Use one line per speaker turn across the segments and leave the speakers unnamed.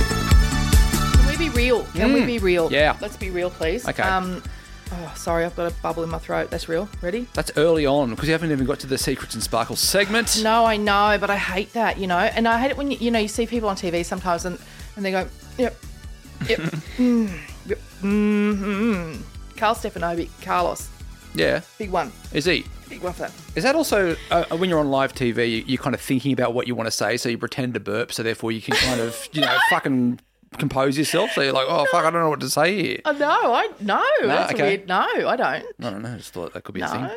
Can we be real? Can we be real?
Mm. Yeah.
Let's be real, please.
Okay.
Um, oh, sorry, I've got a bubble in my throat. That's real. Ready?
That's early on because you haven't even got to the secrets and sparkles segment.
No, I know, but I hate that, you know. And I hate it when you, you know you see people on TV sometimes, and and they go, yep, yep, mm, yep, mm, mm, mm. Carl Stefanovic, Carlos,
Yeah,
big one,
is he?
big one for that.
Is that also uh, when you're on live TV? You, you're kind of thinking about what you want to say, so you pretend to burp, so therefore you can kind of you know fucking compose yourself. So you're like, oh fuck, I don't know what to say here.
Oh, no, I no, that's
okay.
weird. No, I don't.
I don't know. I just thought that could be a thing.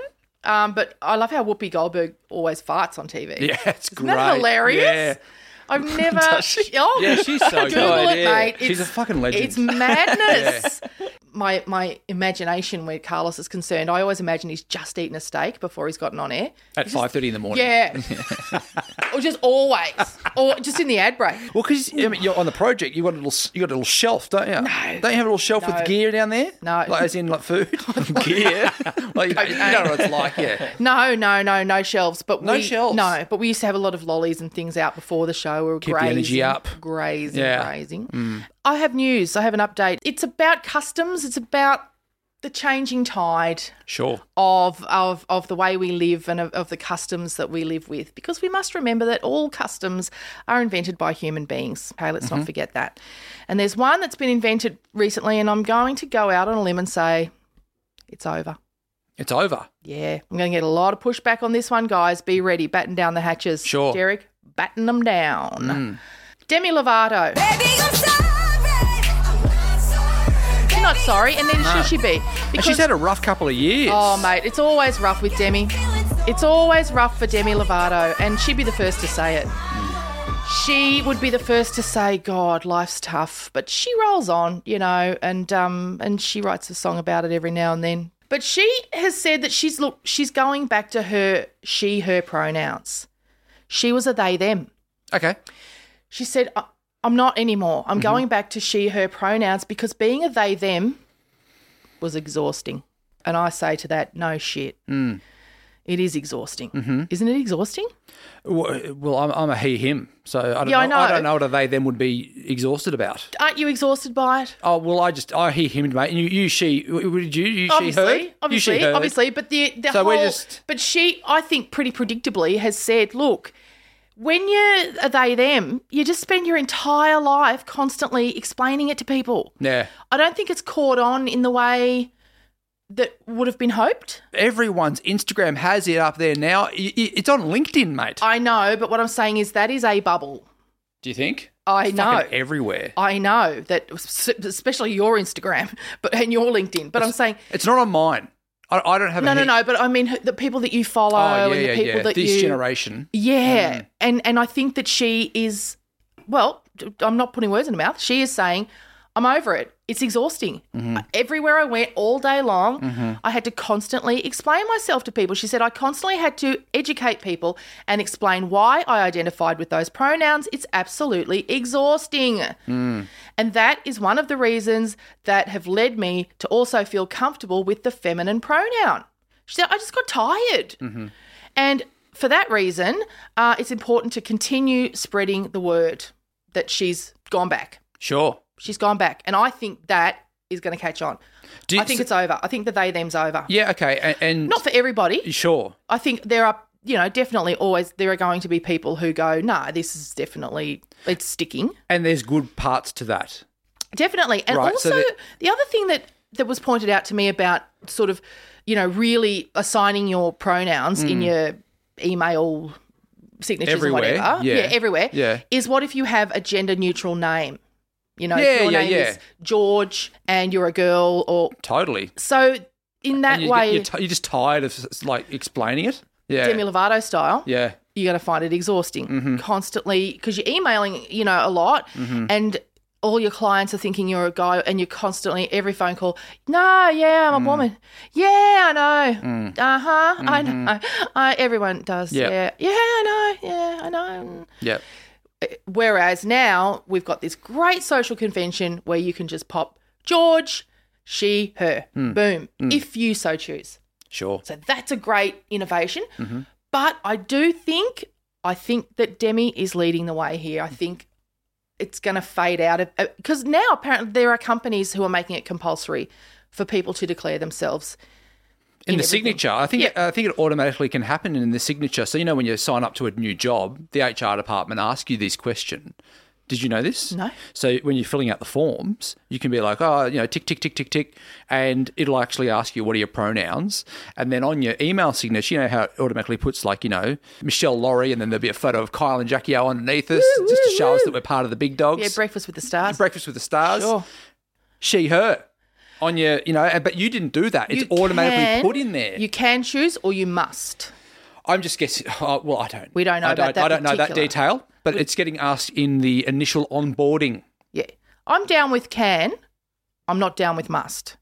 No. Um, but I love how Whoopi Goldberg always farts on TV.
Yeah, it's
Isn't
great.
that hilarious?
Yeah.
I've never.
Does she?
Oh,
Yeah, she's so
Google
good.
it,
Yeah.
mate.
She's a fucking legend.
It's madness. My my imagination, where Carlos is concerned, I always imagine he's just eaten a steak before he's gotten on air.
At five thirty in the morning.
Yeah, or just always, or just in the ad break.
Well, because I mean, you're on the project, you got a little, s- you got a little shelf, don't you? No. Don't you have a little shelf
No.
with gear down there?
No.
Like as in like food, gear. Like you, know, you know what it's like, yeah.
No, no, no, no shelves. But
No
we,
shelves.
No, but we used to have a lot of lollies and things out before the show. We were
Keep the
grazing,
energy up.
grazing,
Yeah. Mm.
grazing. I have news. I have an update. It's about customs. It's about the changing tide
Sure.
of of of the way we live and of, of the customs that we live with because we must remember that all customs are invented by human beings okay let's
Mm-hmm.
not forget that and there's one that's been invented recently and i'm going to go out on a limb and say it's over
It's over.
yeah i'm going to get a lot of pushback on this one guys be ready batten down the hatches
Sure. Mm.
derek batten them down demi lovato You're not sorry and then should she be
And she's had a rough couple of years.
Oh, mate, it's always rough with Demi. It's always rough for Demi Lovato, and she'd be the first to say it. She would be the first to say, "God, life's tough," but she rolls on, you know, and um, and she writes a song about it every now and then. But she has said that she's look, she's going back to her she/her pronouns. She was a they/them.
Okay.
She said, "I- "I'm not anymore.
Mm-hmm.
I'm going back to she/her pronouns because being a they/them was exhausting." And I say to that, "No shit,
Mm.
it is exhausting,
Mm-hmm.
isn't it exhausting?"
Well, well, I'm, I'm a he him, so I don't,
Yeah, I
know, I don't
know.
know what a they then would be exhausted about.
Aren't you exhausted by it?
Oh well, I just I he him, mate. And you, you she, what did you you
obviously,
she heard?
obviously,
you she heard.
obviously. But the the
So
whole,
we're just-
but she, I think, pretty predictably has said, "Look, when you're a they them, you just spend your entire life constantly explaining it to people.
Yeah.
I don't think it's caught on in the way that would have been hoped.
Everyone's Instagram has it up there now. I- I- It's on LinkedIn, mate.
I know, but what I'm saying is that is a bubble.
Do you think?
I know.
Fucking everywhere.
I know that, especially your Instagram, but and your LinkedIn. But I'm saying
It's not on mine. I, I don't have.
no,
a
no,
heap.
no. But I mean the people that you follow
Oh yeah,
and
yeah,
the people
yeah.
that
This
you
generation.
Yeah, and and I think that she is. Well, I'm not putting words in her mouth. She is saying, "I'm over it. It's exhausting. Uh, Everywhere I went, all day long, I had to constantly explain myself to people." She said, "I constantly had to educate people and explain why I identified with those pronouns. It's absolutely exhausting." And that is one of the reasons that have led me to also feel comfortable with the feminine pronoun. She said, I just got tired. And for that reason, uh, it's important to continue spreading the word that she's gone back.
Sure.
She's gone back. And I think that is going to catch on.
Do you-
I think it's over. I think the they them's over.
Yeah. Okay. And, and
Not for everybody.
sure.
I think there are, you know, definitely always there are going to be people who go, nah, this is definitely, it's sticking.
And there's good parts to that.
Definitely. And
Right, so
also,
that-
the other thing that, that was pointed out to me about sort of, you know, really assigning your pronouns in your email signatures
Mm. Everywhere,
or whatever.
yeah.
everywhere.
Yeah.
Is what if you have a gender neutral name? You know,
Yeah,
if your
yeah,
name
yeah.
is George and you're a girl or
Totally.
so in that
And you,
way
you're, t- you're just tired of s- like explaining it. Yeah.
Demi Lovato style.
yeah.
you're going to find it exhausting constantly because you're emailing, you know, a lot and all your clients are thinking you're a guy and you're constantly every phone call, no, yeah, I'm a woman. Yeah, I know. Uh-huh. I know. I, everyone does.
Yeah.
Yeah. Yeah, I know. Yeah, I know.
Yeah.
Whereas now we've got this great social convention where you can just pop George, she, her. Boom. If you so choose.
Sure.
So that's a great innovation.
Mm-hmm.
But I do think, I think that Demi is leading the way here. I think it's going to fade out because now apparently there are companies who are making it compulsory for people to declare themselves.
in,
in
the
everything.
signature. I think I think it automatically can happen in the signature. So you know when you sign up to a new job, the HR department asks you this question. Did you know this?
No.
So when you're filling out the forms, you can be like, oh, you know, tick, tick, tick, tick, tick, and it'll actually ask you what are your pronouns, and then on your email signature, you know how it automatically puts like, you know, Michelle Laurie, and then there'll be a photo of Kyle and Jackie O underneath us, just to show us that we're part of the big dogs.
Yeah, breakfast with the stars.
Breakfast with the stars.
Sure.
She, her. On your, you know, but you didn't do that. It's
You
automatically
can-
put in there.
You can choose or you must.
I'm just guessing. Oh, well, I don't.
We don't know
I
about that
I don't know that
particular.
detail, but it's getting asked in the initial onboarding.
Yeah. I'm down with can. I'm not down with must.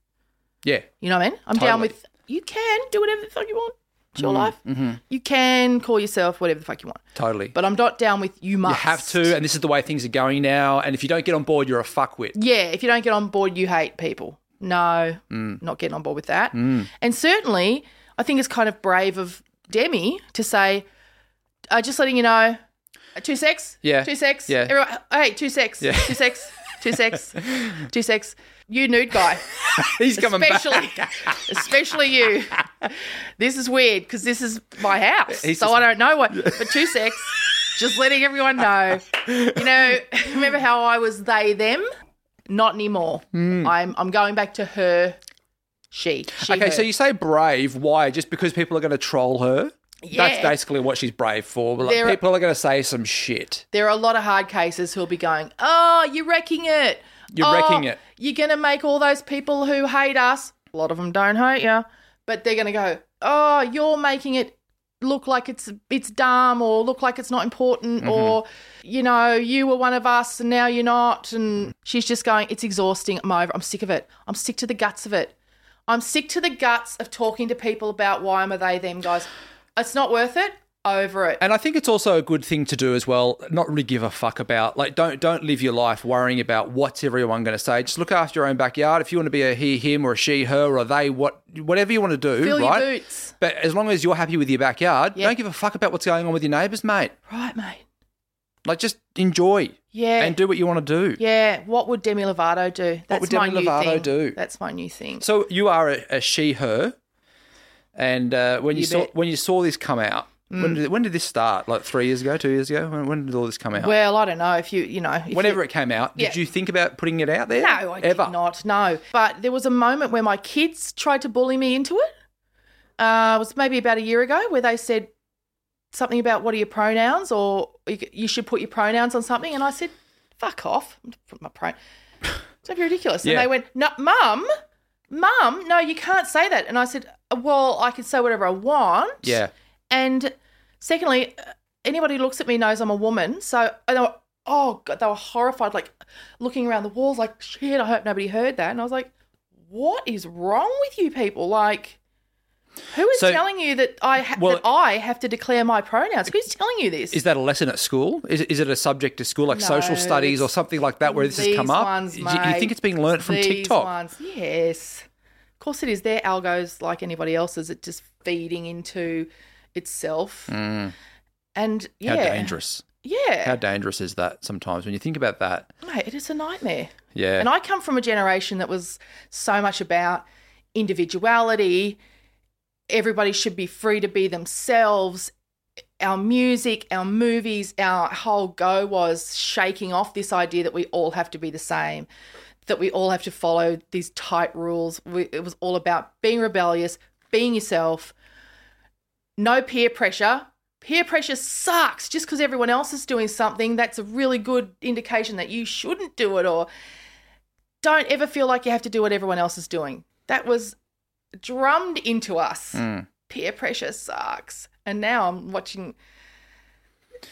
Yeah,
You know what I mean? I'm down
Totally. Mm,
with you can do whatever the fuck you want. It's your life.
mm-hmm.
You can call yourself whatever the fuck you want.
totally.
But I'm not down with you
you
must.
have to, and this is the way things are going now. And if you don't get on board, you're a fuckwit.
Yeah, if you don't get on board, you hate people. No,
Mm.
not getting on board with that. And certainly, I think it's kind of brave of Demi to say, uh, just letting you know, uh, two sex,
Yeah.
two sex,
Yeah.
Everyone, hey, two sex,
Yeah.
two sex, two sex, two sex. You nude guy,
He's coming
especially,
back.
especially you. This is weird because this is my house,
He's
so
just-
I don't know what. But two sex, just letting everyone know. You know, remember how I was they them? Not anymore.
Hmm.
I'm I'm going back to her, she. she
Okay,
her.
so you say brave. Why? Just because people are going to troll her? That's
Yeah.
basically what she's brave for. Like,
There-
people are going to say some shit.
there are a lot of hard cases who'll be going, oh, you're wrecking it.
You're
Oh,
wrecking it."
You're going to make all those people who hate us. A lot of them don't hate you, but they're going to go, oh, you're making it look like it's it's dumb or look like it's not important
Mm-hmm.
or you know you were one of us and now you're not and she's just going it's exhausting i'm over i'm sick of it i'm sick to the guts of it i'm sick to the guts of talking to people about why am I they them guys it's not worth it over it
And I think it's also a good thing to do as well. Not really give a fuck about like don't don't live your life worrying about what's everyone going to say. Just look after your own backyard. If you want to be a he, him, or a she, her, or they, what whatever you want to do,
Fill your
right?
boots.
But as long as you're happy with your backyard,
Yeah.
don't give a fuck about what's going on with your neighbours, mate.
right mate
Like just enjoy
yeah
and do what you want to do.
Yeah, what would Demi Lovato do? That's
would
my
Demi
new
Lovato
thing.
do?
That's my new thing.
So you are a, a she, her, and uh, when you,
You
saw
bet. Mm.
when you saw this come out, When, did, when did this start? Like three years ago, two years ago? When, when did all this come out?
Well, I don't know if you, you know, if you-
Whenever it came out, did
Yeah.
you think about putting it out there?
No, I
Ever?
did not. No, but there was a moment where my kids tried to bully me into it. Uh, it was maybe about a year ago where they said something about what are your pronouns or you, you should put your pronouns on something, and I said, "Fuck off!" Put my pro. It's be ridiculous.
Yeah.
And they went, "No, mum, mum, no, you can't say that." And I said, "Well, I can say whatever I want."
Yeah.
And secondly, uh, anybody who looks at me knows I'm a woman. So I know, oh god, they were horrified, like looking around the walls, like shit. I hope nobody heard that. And I was like, what is wrong with you people? Like, who is
So-
telling you that I ha-
Well-
that I have to declare my pronouns? Who's telling you this?
Is that a lesson at school? Is, it- is it a subject at school, like
No,
social studies or
it's
something like that, where this has come
These
up?
ones,
you,
mate.
you think it's being learnt from
These
TikTok?
Ones. Yes. Of course it is. Their algos, like anybody else's, it just feeding into itself. And yeah.
Mm. How dangerous.
Yeah.
How dangerous is that sometimes when you think about that?
Mate, it is a nightmare.
Yeah.
And I come from a generation that was so much about individuality. Everybody should be free to be themselves. Our music, our movies, our whole go was shaking off this idea that we all have to be the same, that we all have to follow these tight rules. We, it was all about being rebellious, being yourself, no peer pressure. Peer pressure sucks. Just because everyone else is doing something, that's a really good indication that you shouldn't do it or don't ever feel like you have to do what everyone else is doing. That was drummed into us.
Mm.
Peer pressure sucks. And now I'm watching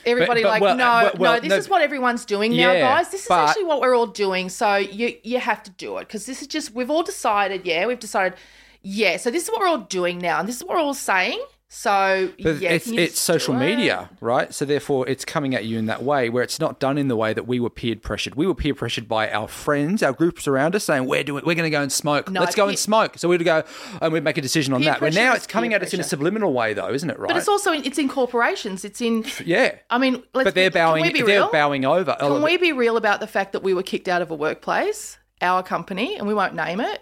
everybody
but
like,
well,
no,
well, well,
no, this
no-
is what everyone's doing
Yeah,
now, guys. This is
but-
actually what we're all doing. So you you have to do it because this is just we've all decided. Yeah, we've decided. Yeah, so this is what we're all doing now, and this is what we're all saying. So
But
yeah,
it's
can you
it's
just
social
do it?
media, right? So therefore, it's coming at you in that way, where it's not done in the way that we were peer pressured. We were peer pressured by our friends, our groups around us, saying we're doing, we're going to go and smoke.
No,
Let's go
peer-
and smoke. So we'd go and we'd make a decision on
Peer
that. But
pressure
now
is
it's coming
peer
at us in a
pressure.
subliminal way, though, isn't it? Right?
But it's also in, it's in corporations. It's in.
yeah.
I mean, let's
but they're
be- can we
bowing.
be
they're
real?
bowing over. Oh,
Can we be real about the fact that we were kicked out of a workplace, our company, and we won't name it?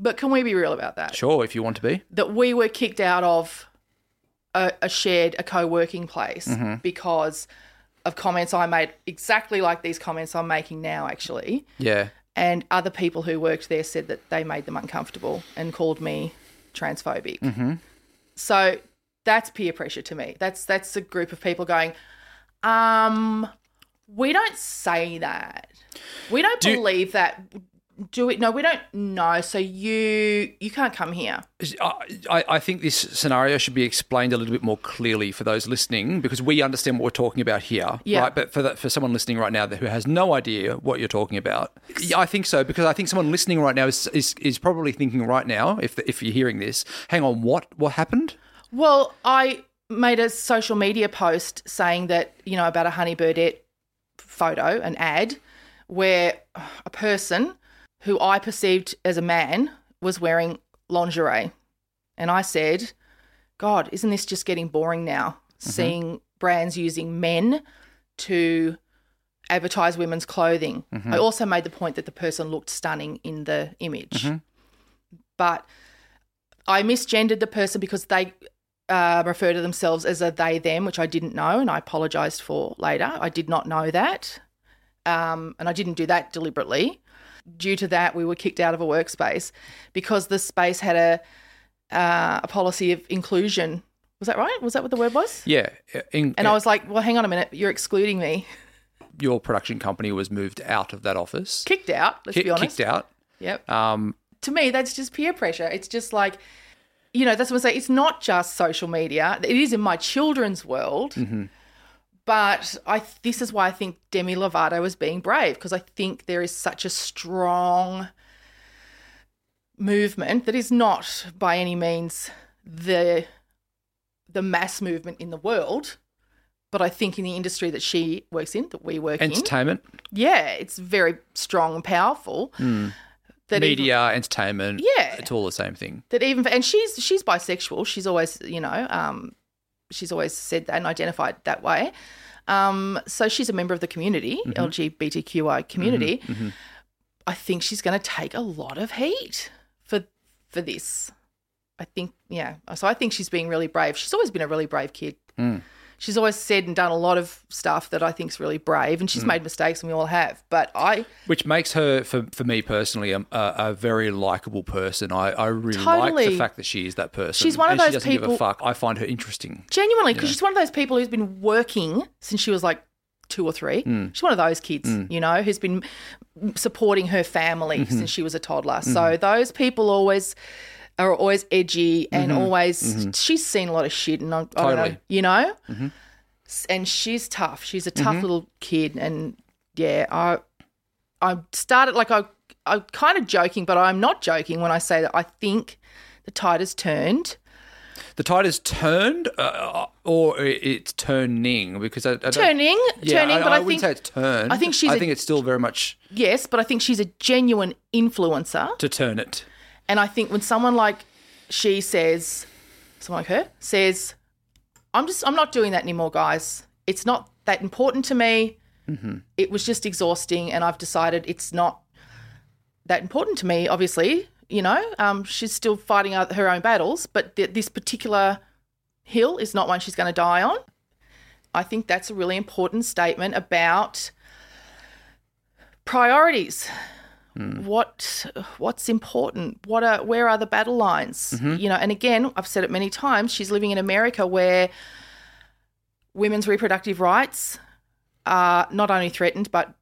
But can we be real about that?
Sure, if you want to be.
that we were kicked out of a, a shared, a co-working place
Mm-hmm.
because of comments I made, exactly like these comments I'm making now, actually.
Yeah.
And other people who worked there said that they made them uncomfortable and called me transphobic.
Mm-hmm.
So that's peer pressure to me. That's that's a group of people going, um, we don't say that. We don't
Do you-
believe that. Do it? No, we don't. No. So you you can't come here.
I, uh, I I think this scenario should be explained a little bit more clearly for those listening because we understand what we're talking about here,
Yeah.
right? But for the, for someone listening right now that- who has no idea what you're talking about, yeah, I think so because I think someone listening right now is is, is probably thinking right now if if you're hearing this, hang on, what what happened?
Well, I made a social media post saying that, you know, about a Honey Burdette photo, an ad, where a person who I perceived as a man was wearing lingerie. And I said, God, isn't this just getting boring now? Seeing brands using men to advertise women's clothing. I also made the point that the person looked stunning in the image. But I misgendered the person because they uh, refer to themselves as a they them, which I didn't know, and I apologised for later. I did not know that, um, and I didn't do that deliberately. Due to that, we were kicked out of a workspace because the space had a uh, a policy of inclusion. Was that right? Was that what the word was?
Yeah, in,
And I was like, well, hang on a minute, you're excluding me.
your production company was moved out of that office,
Kicked out. Let's
Ki-
be honest.
kicked out.
Yep.
Um,
to me, that's just peer pressure. It's just like, you know, that's what I say. It's not just social media. It is in my children's world.
Mm-hmm.
But I, this is why I think Demi Lovato is being brave because I think there is such a strong movement that is not by any means the the mass movement in the world, but I think in the industry that she works in, that we work in,
entertainment,
yeah, it's very strong and powerful. That even-
media, entertainment.
Yeah.
it's all the same thing.
that even and she's she's bisexual she's always you know um she's always said that and identified that way um so she's a member of the community lgbtqi community i think she's going to take a lot of heat for for this I think, yeah. So I think she's being really brave. She's always been a really brave kid. She's always said and done a lot of stuff that I think's really brave, and she's made mistakes, and we all have. But I
Which makes her, for, for me personally, a, a, a very likable person. I, I really like
Totally.
the fact that she is that person.
She's one of
and she
those
doesn't give a
people-
fuck. I find her interesting.
genuinely, because she's one of those people who's been working since she was like two or three.
Mm.
She's one of those kids, you know, who's been supporting her family
Mm-hmm.
since she was a toddler. So those people always are always edgy and always she's seen a lot of shit and I, I don't know,
Mm-hmm. Totally. Mm-hmm.
you know. S- And she's tough. She's a tough little kid, and yeah, I I started like I I'm kind of joking, but I'm not joking when I say that I think the tide has turned.
The tide is turned, uh, or it- it's turning because I, I don't,
Turning,
Yeah,
turning,
I,
but
I,
I, think
wouldn't say it's turned.
I think she's
I
a-
think it's still very much
Yes, but I think she's a genuine influencer.
to turn it.
And I think when someone like she says, someone like her says, I'm just, I'm not doing that anymore, guys. It's not that important to me. It was just exhausting. And I've decided it's not that important to me, obviously. You know, um, she's still fighting out her own battles, but th- this particular hill is not one she's going to die on. I think that's a really important statement about priorities
Hmm.
what what's important what are where are the battle lines
Mm-hmm.
you know and again i've said it many times she's living in america where women's reproductive rights are not only threatened but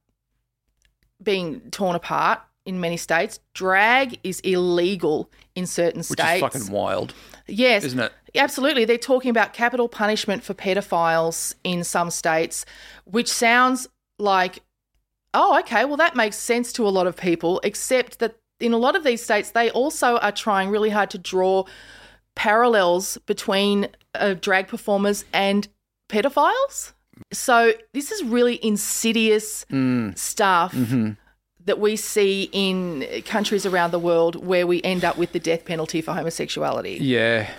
being torn apart in many states drag is illegal in certain
Which
states
is fucking wild.
Yes.
isn't it?
Absolutely. They're talking about capital punishment for pedophiles in some states, which sounds like, oh, okay, well, that makes sense to a lot of people, except that in a lot of these states, they also are trying really hard to draw parallels between uh, drag performers and pedophiles. So this is really insidious
Mm.
stuff
Mm-hmm.
that we see in countries around the world where we end up with the death penalty for homosexuality.
Yeah,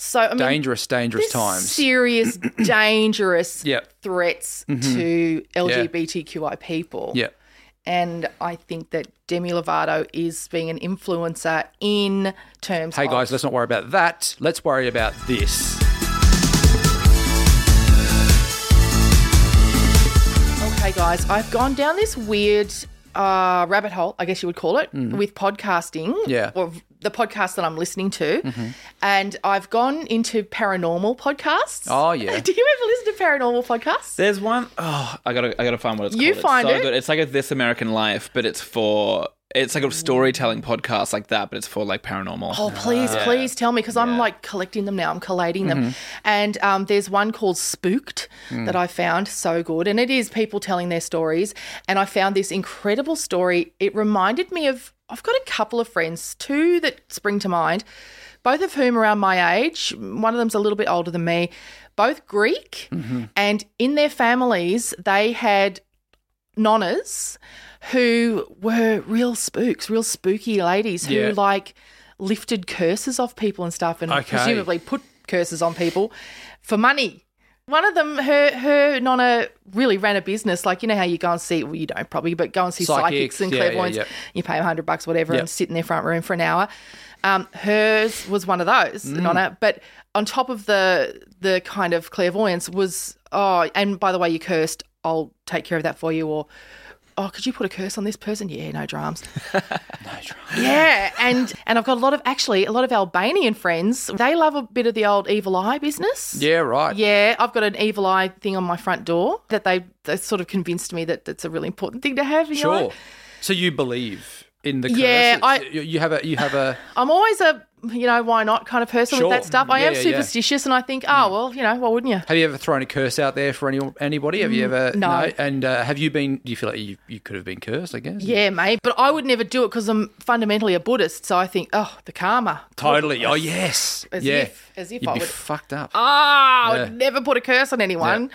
So I mean,
dangerous, dangerous
there's
times.
serious, dangerous
Yeah. Mm-hmm.
threats to LGBTQI people.
yeah,
And I think that Demi Lovato is being an influencer in terms
Hey
of
guys, let's not worry about that. Let's worry about this.
Okay, guys, I've gone down this weird uh, rabbit hole, I guess you would call it, with podcasting.
Mm. Yeah. Mm-hmm.
Or the podcast that I'm listening to. And I've gone into paranormal podcasts.
Oh, yeah.
Do you ever listen to paranormal podcasts?
There's one oh, I gotta I gotta find what it's
You
called.
find
it's so
it?
good. It's like a This American Life, but it's for it's like a storytelling podcast like that, but it's for like paranormal.
Oh, please, please tell me because I'm like collecting them now. I'm collating them. And um, there's one called Spooked that I found so good. And it is people telling their stories. And I found this incredible story. It reminded me of, I've got a couple of friends, two that spring to mind, both of whom are around my age. One of them's a little bit older than me, both Greek. And in their families, they had nonnas who were real spooks, real spooky ladies who
Yeah.
like lifted curses off people and stuff, and
Okay.
presumably put curses on people for money. One of them, her her nonna really ran a business. Like you know how you go and see, well you don't probably, but go and see psychics,
Psychics,
and
yeah, yeah,
clairvoyants.
yeah.
You pay hundred bucks, whatever,
Yeah.
and sit in their front room for an hour. Um, hers was one of those,
Mm.
nonna. But on top of the the kind of clairvoyance was oh, and by the way, you cursed. I'll take care of that for you, or oh, could you put a curse on this person? Yeah, no dramas. Yeah, and and I've got a lot of actually a lot of Albanian friends. They love a bit of the old evil eye business.
Yeah, right.
Yeah, I've got an evil eye thing on my front door that they, they sort of convinced me that that's a really important thing to have. in your
Sure.
life.
So you believe in the curses?
Yeah, I-
you, you have a you have a
I'm always a you know why not kind of person
Sure.
with that stuff. I
Yeah,
am
yeah, Mm. yeah.
superstitious, and I think oh well you know why wouldn't you?
have you ever thrown a curse out there for any anybody? Have you ever
Mm, no.
And uh, have you been? Do you feel like you, you could have been cursed? I guess.
Yeah, mate. But I would never do it because I'm fundamentally a Buddhist. So I think oh the karma.
Totally. Oh yes.
As
yeah.
if- as if
You'd
I
be
would-
fucked up.
Ah, I
Yeah.
would never put a curse on anyone.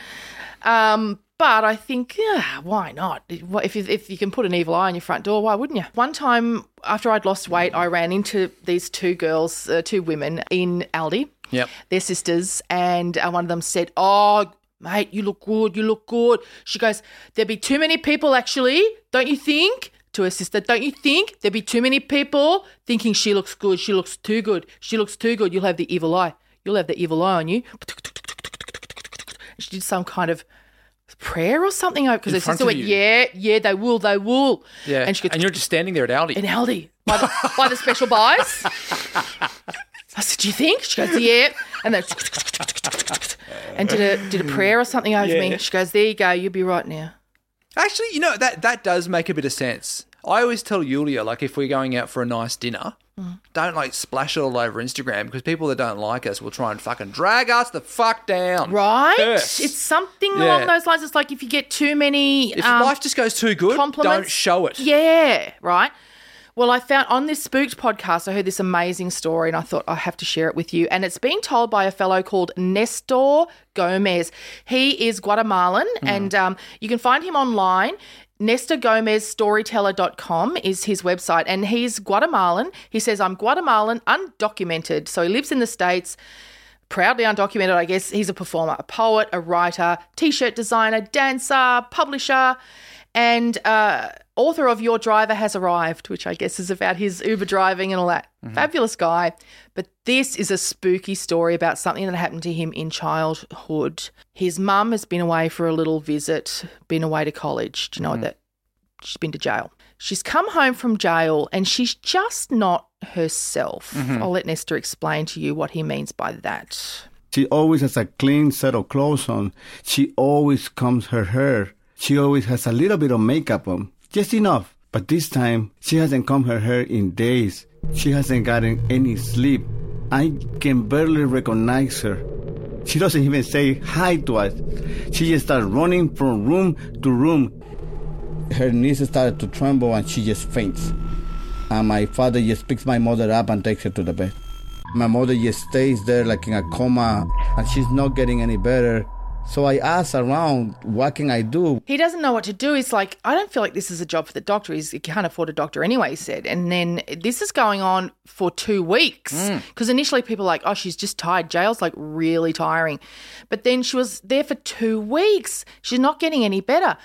Um, but I think, yeah, why not? What- If you, if you can put an evil eye on your front door, why wouldn't you? One time after I'd lost weight, I ran into these two girls, uh, two women in Aldi.
Yep.
They're sisters, and uh, one of them said, "Oh, mate, you look good. You look good." She goes, "There'd be too many people, actually, don't you think?" to her sister, don't you think there'd be too many people thinking she looks good, she looks too good, she looks too good? You'll have the evil eye. You'll have the evil eye on you. She did some kind of prayer or something because
In
her
front
sister
of
went,
you.
yeah, yeah, they will, they will.
Yeah.
And she goes,
and you're just standing there at Aldi.
in Aldi by the, by the special buys. I said, "Do you think?" She goes, "Yeah," and then and did a did a prayer or something over me. She goes, "There you go, you'll be right now."
Actually, you know that that does make a bit of sense. I always tell Yulia like if we're going out for a nice dinner,
Mm.
don't like splash it all over Instagram because people that don't like us will try and fucking drag us the fuck down.
Right?
Yes.
It's something
Yeah.
along those lines. It's like if you get too many
If
um,
life just goes too good, don't
compliments.
show it.
Yeah, right. Well, I found on this spooked podcast, I heard this amazing story and I thought I have to share it with you. And it's being told by a fellow called Nestor Gomez. He is Guatemalan
Hmm.
and um, you can find him online. Nestor Gomez Storyteller.com is his website and he's Guatemalan. He says, I'm Guatemalan, undocumented. So he lives in the States proudly undocumented, I guess. He's a performer, a poet, a writer, t shirt designer, dancer, publisher, and uh, author of Your Driver Has Arrived, which I guess is about his Uber driving and all that. Fabulous guy. But this is a spooky story about something that happened to him in childhood. His mum has been away for a little visit, been away to college. Do you know what that? She's been to jail. She's come home from jail and she's just not herself. I'll let Nestor explain to you what he means by that.
She always has a clean set of clothes on. She always combs her hair. She always has a little bit of makeup on, just enough. But this time, she hasn't combed her hair in days. She hasn't gotten any sleep. I can barely recognize her. She doesn't even say hi to us. She just starts running from room to room. Her knees started to tremble and she just faints. And my father just picks my mother up and takes her to the bed. My mother just stays there like in a coma and she's not getting any better. So I ask around, what can I do?
He doesn't know what to do. He's like, I don't feel like this is a job for the doctor. He's, he can't afford a doctor anyway, he said. And then this is going on for two weeks. Because initially people are like, oh, she's just tired. Jail's like really tiring. But then she was there for two weeks. She's not getting any better.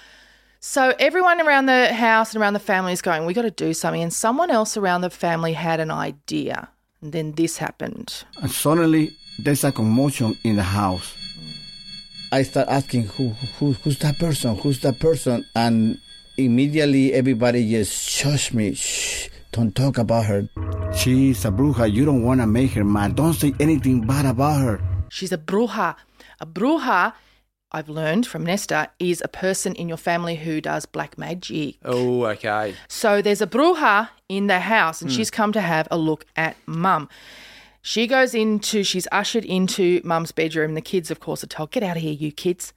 So everyone around the house and around the family is going, we got to do something. And someone else around the family had an idea. And then this happened.
And suddenly there's a commotion in the house. I start asking who, who who's that person? Who's that person? And immediately everybody just shush me. Shh, don't talk about her. She's a bruja. You don't want to make her mad. Don't say anything bad about her.
She's a bruja. A bruja, I've learned from Nesta, is a person in your family who does black magic.
Oh, okay.
So there's a bruja in the house, and she's come to have a look at mum. She goes into, she's ushered into mum's bedroom. The kids, of course, are told, get out of here, you kids.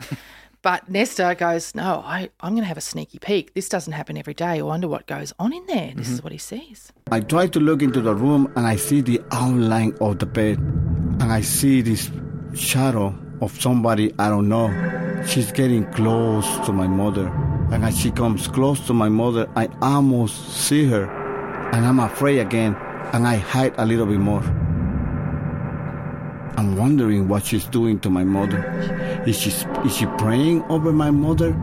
but Nesta goes, no, I, I'm going to have a sneaky peek. This doesn't happen every day. I wonder what goes on in there. This is what he sees.
I try to look into the room and I see the outline of the bed. And I see this shadow of somebody I don't know. She's getting close to my mother. And as she comes close to my mother, I almost see her. And I'm afraid again. And I hide a little bit more. I'm wondering what she's doing to my mother. Is she, is she praying over my mother?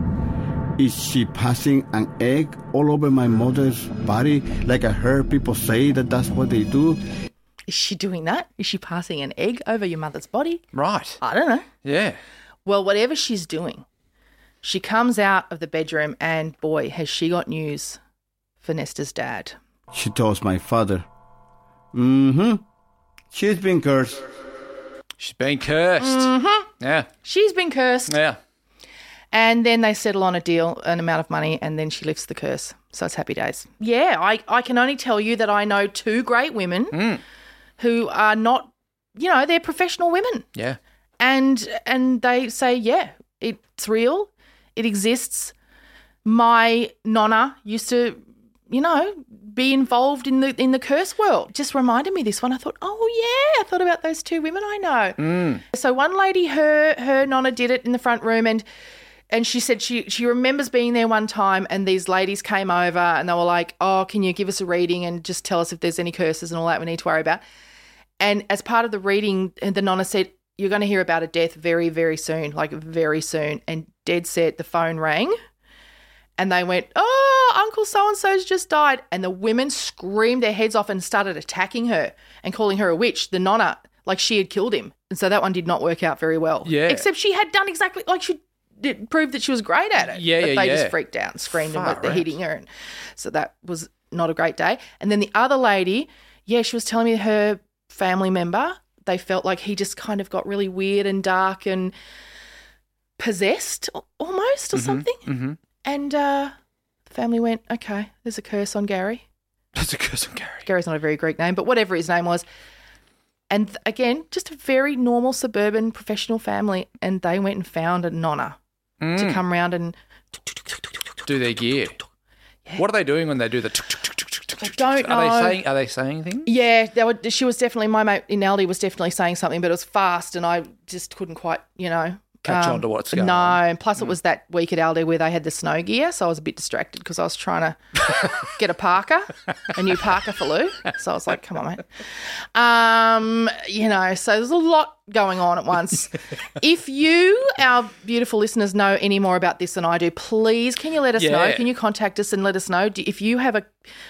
Is she passing an egg all over my mother's body? Like I heard people say that that's what they do.
Is she doing that? Is she passing an egg over your mother's body?
Right.
I don't know.
Yeah.
Well, whatever she's doing, she comes out of the bedroom and boy, has she got news for Nesta's dad.
She tells my father. Mm hmm. She's been cursed.
She's been cursed. Mm-hmm. Yeah.
She's been cursed.
Yeah.
And then they settle on a deal, an amount of money, and then she lifts the curse. So it's happy days. Yeah, I, I can only tell you that I know two great women who are not, you know, they're professional women.
Yeah.
and and they say yeah it's real it exists my nonna used to you know be involved in the in the curse world just reminded me this one i thought oh yeah i thought about those two women i know so one lady her her nonna did it in the front room and and she said she she remembers being there one time and these ladies came over and they were like oh can you give us a reading and just tell us if there's any curses and all that we need to worry about and as part of the reading, the nonna said, You're going to hear about a death very, very soon, like very soon. And dead set, the phone rang. and they went, Oh, Uncle so and so's just died. And the women screamed their heads off and started attacking her and calling her a witch, the nonna, like she had killed him. And so that one did not work out very well.
Yeah.
Except she had done exactly like she did prove that she was great at it.
Yeah,
But
yeah,
they
yeah.
just freaked out and screamed and
Far
what they're
out.
hitting her. And so that was not a great day. And then the other lady, yeah, she was telling me her family member, they felt like he just kind of got really weird and dark and possessed al- almost or something.
Mm-hmm.
And uh, the family went, okay, there's a curse on Gary.
That's a curse on Gary.
Gary's not a very Greek name, but whatever his name was. And th- again, just a very normal suburban professional family. And they went and found a nonna
Mm.
to come round and
Do their gear. What are they doing when they do the? tuk, tuk, tuk, tuk, tuk, tuk, tuk?
don't
Are
know.
they saying? Are they saying things?
Yeah, they were, she was definitely my mate Inaldi was definitely saying something, but it was fast, and I just couldn't quite, you know, um,
Catch on to what's going
no,
on. Mm.
and plus it was that week at Aldi where they had the snow gear, so I was a bit distracted because I was trying to get a Parker, a new Parker for Lou. So I was like, "Come on, mate." Um, you know, so there's a lot going on at once. if you, our beautiful listeners, know any more about this than I do, please can you let us know?
Yeah.
Can you contact us and let us know Do, if you have a,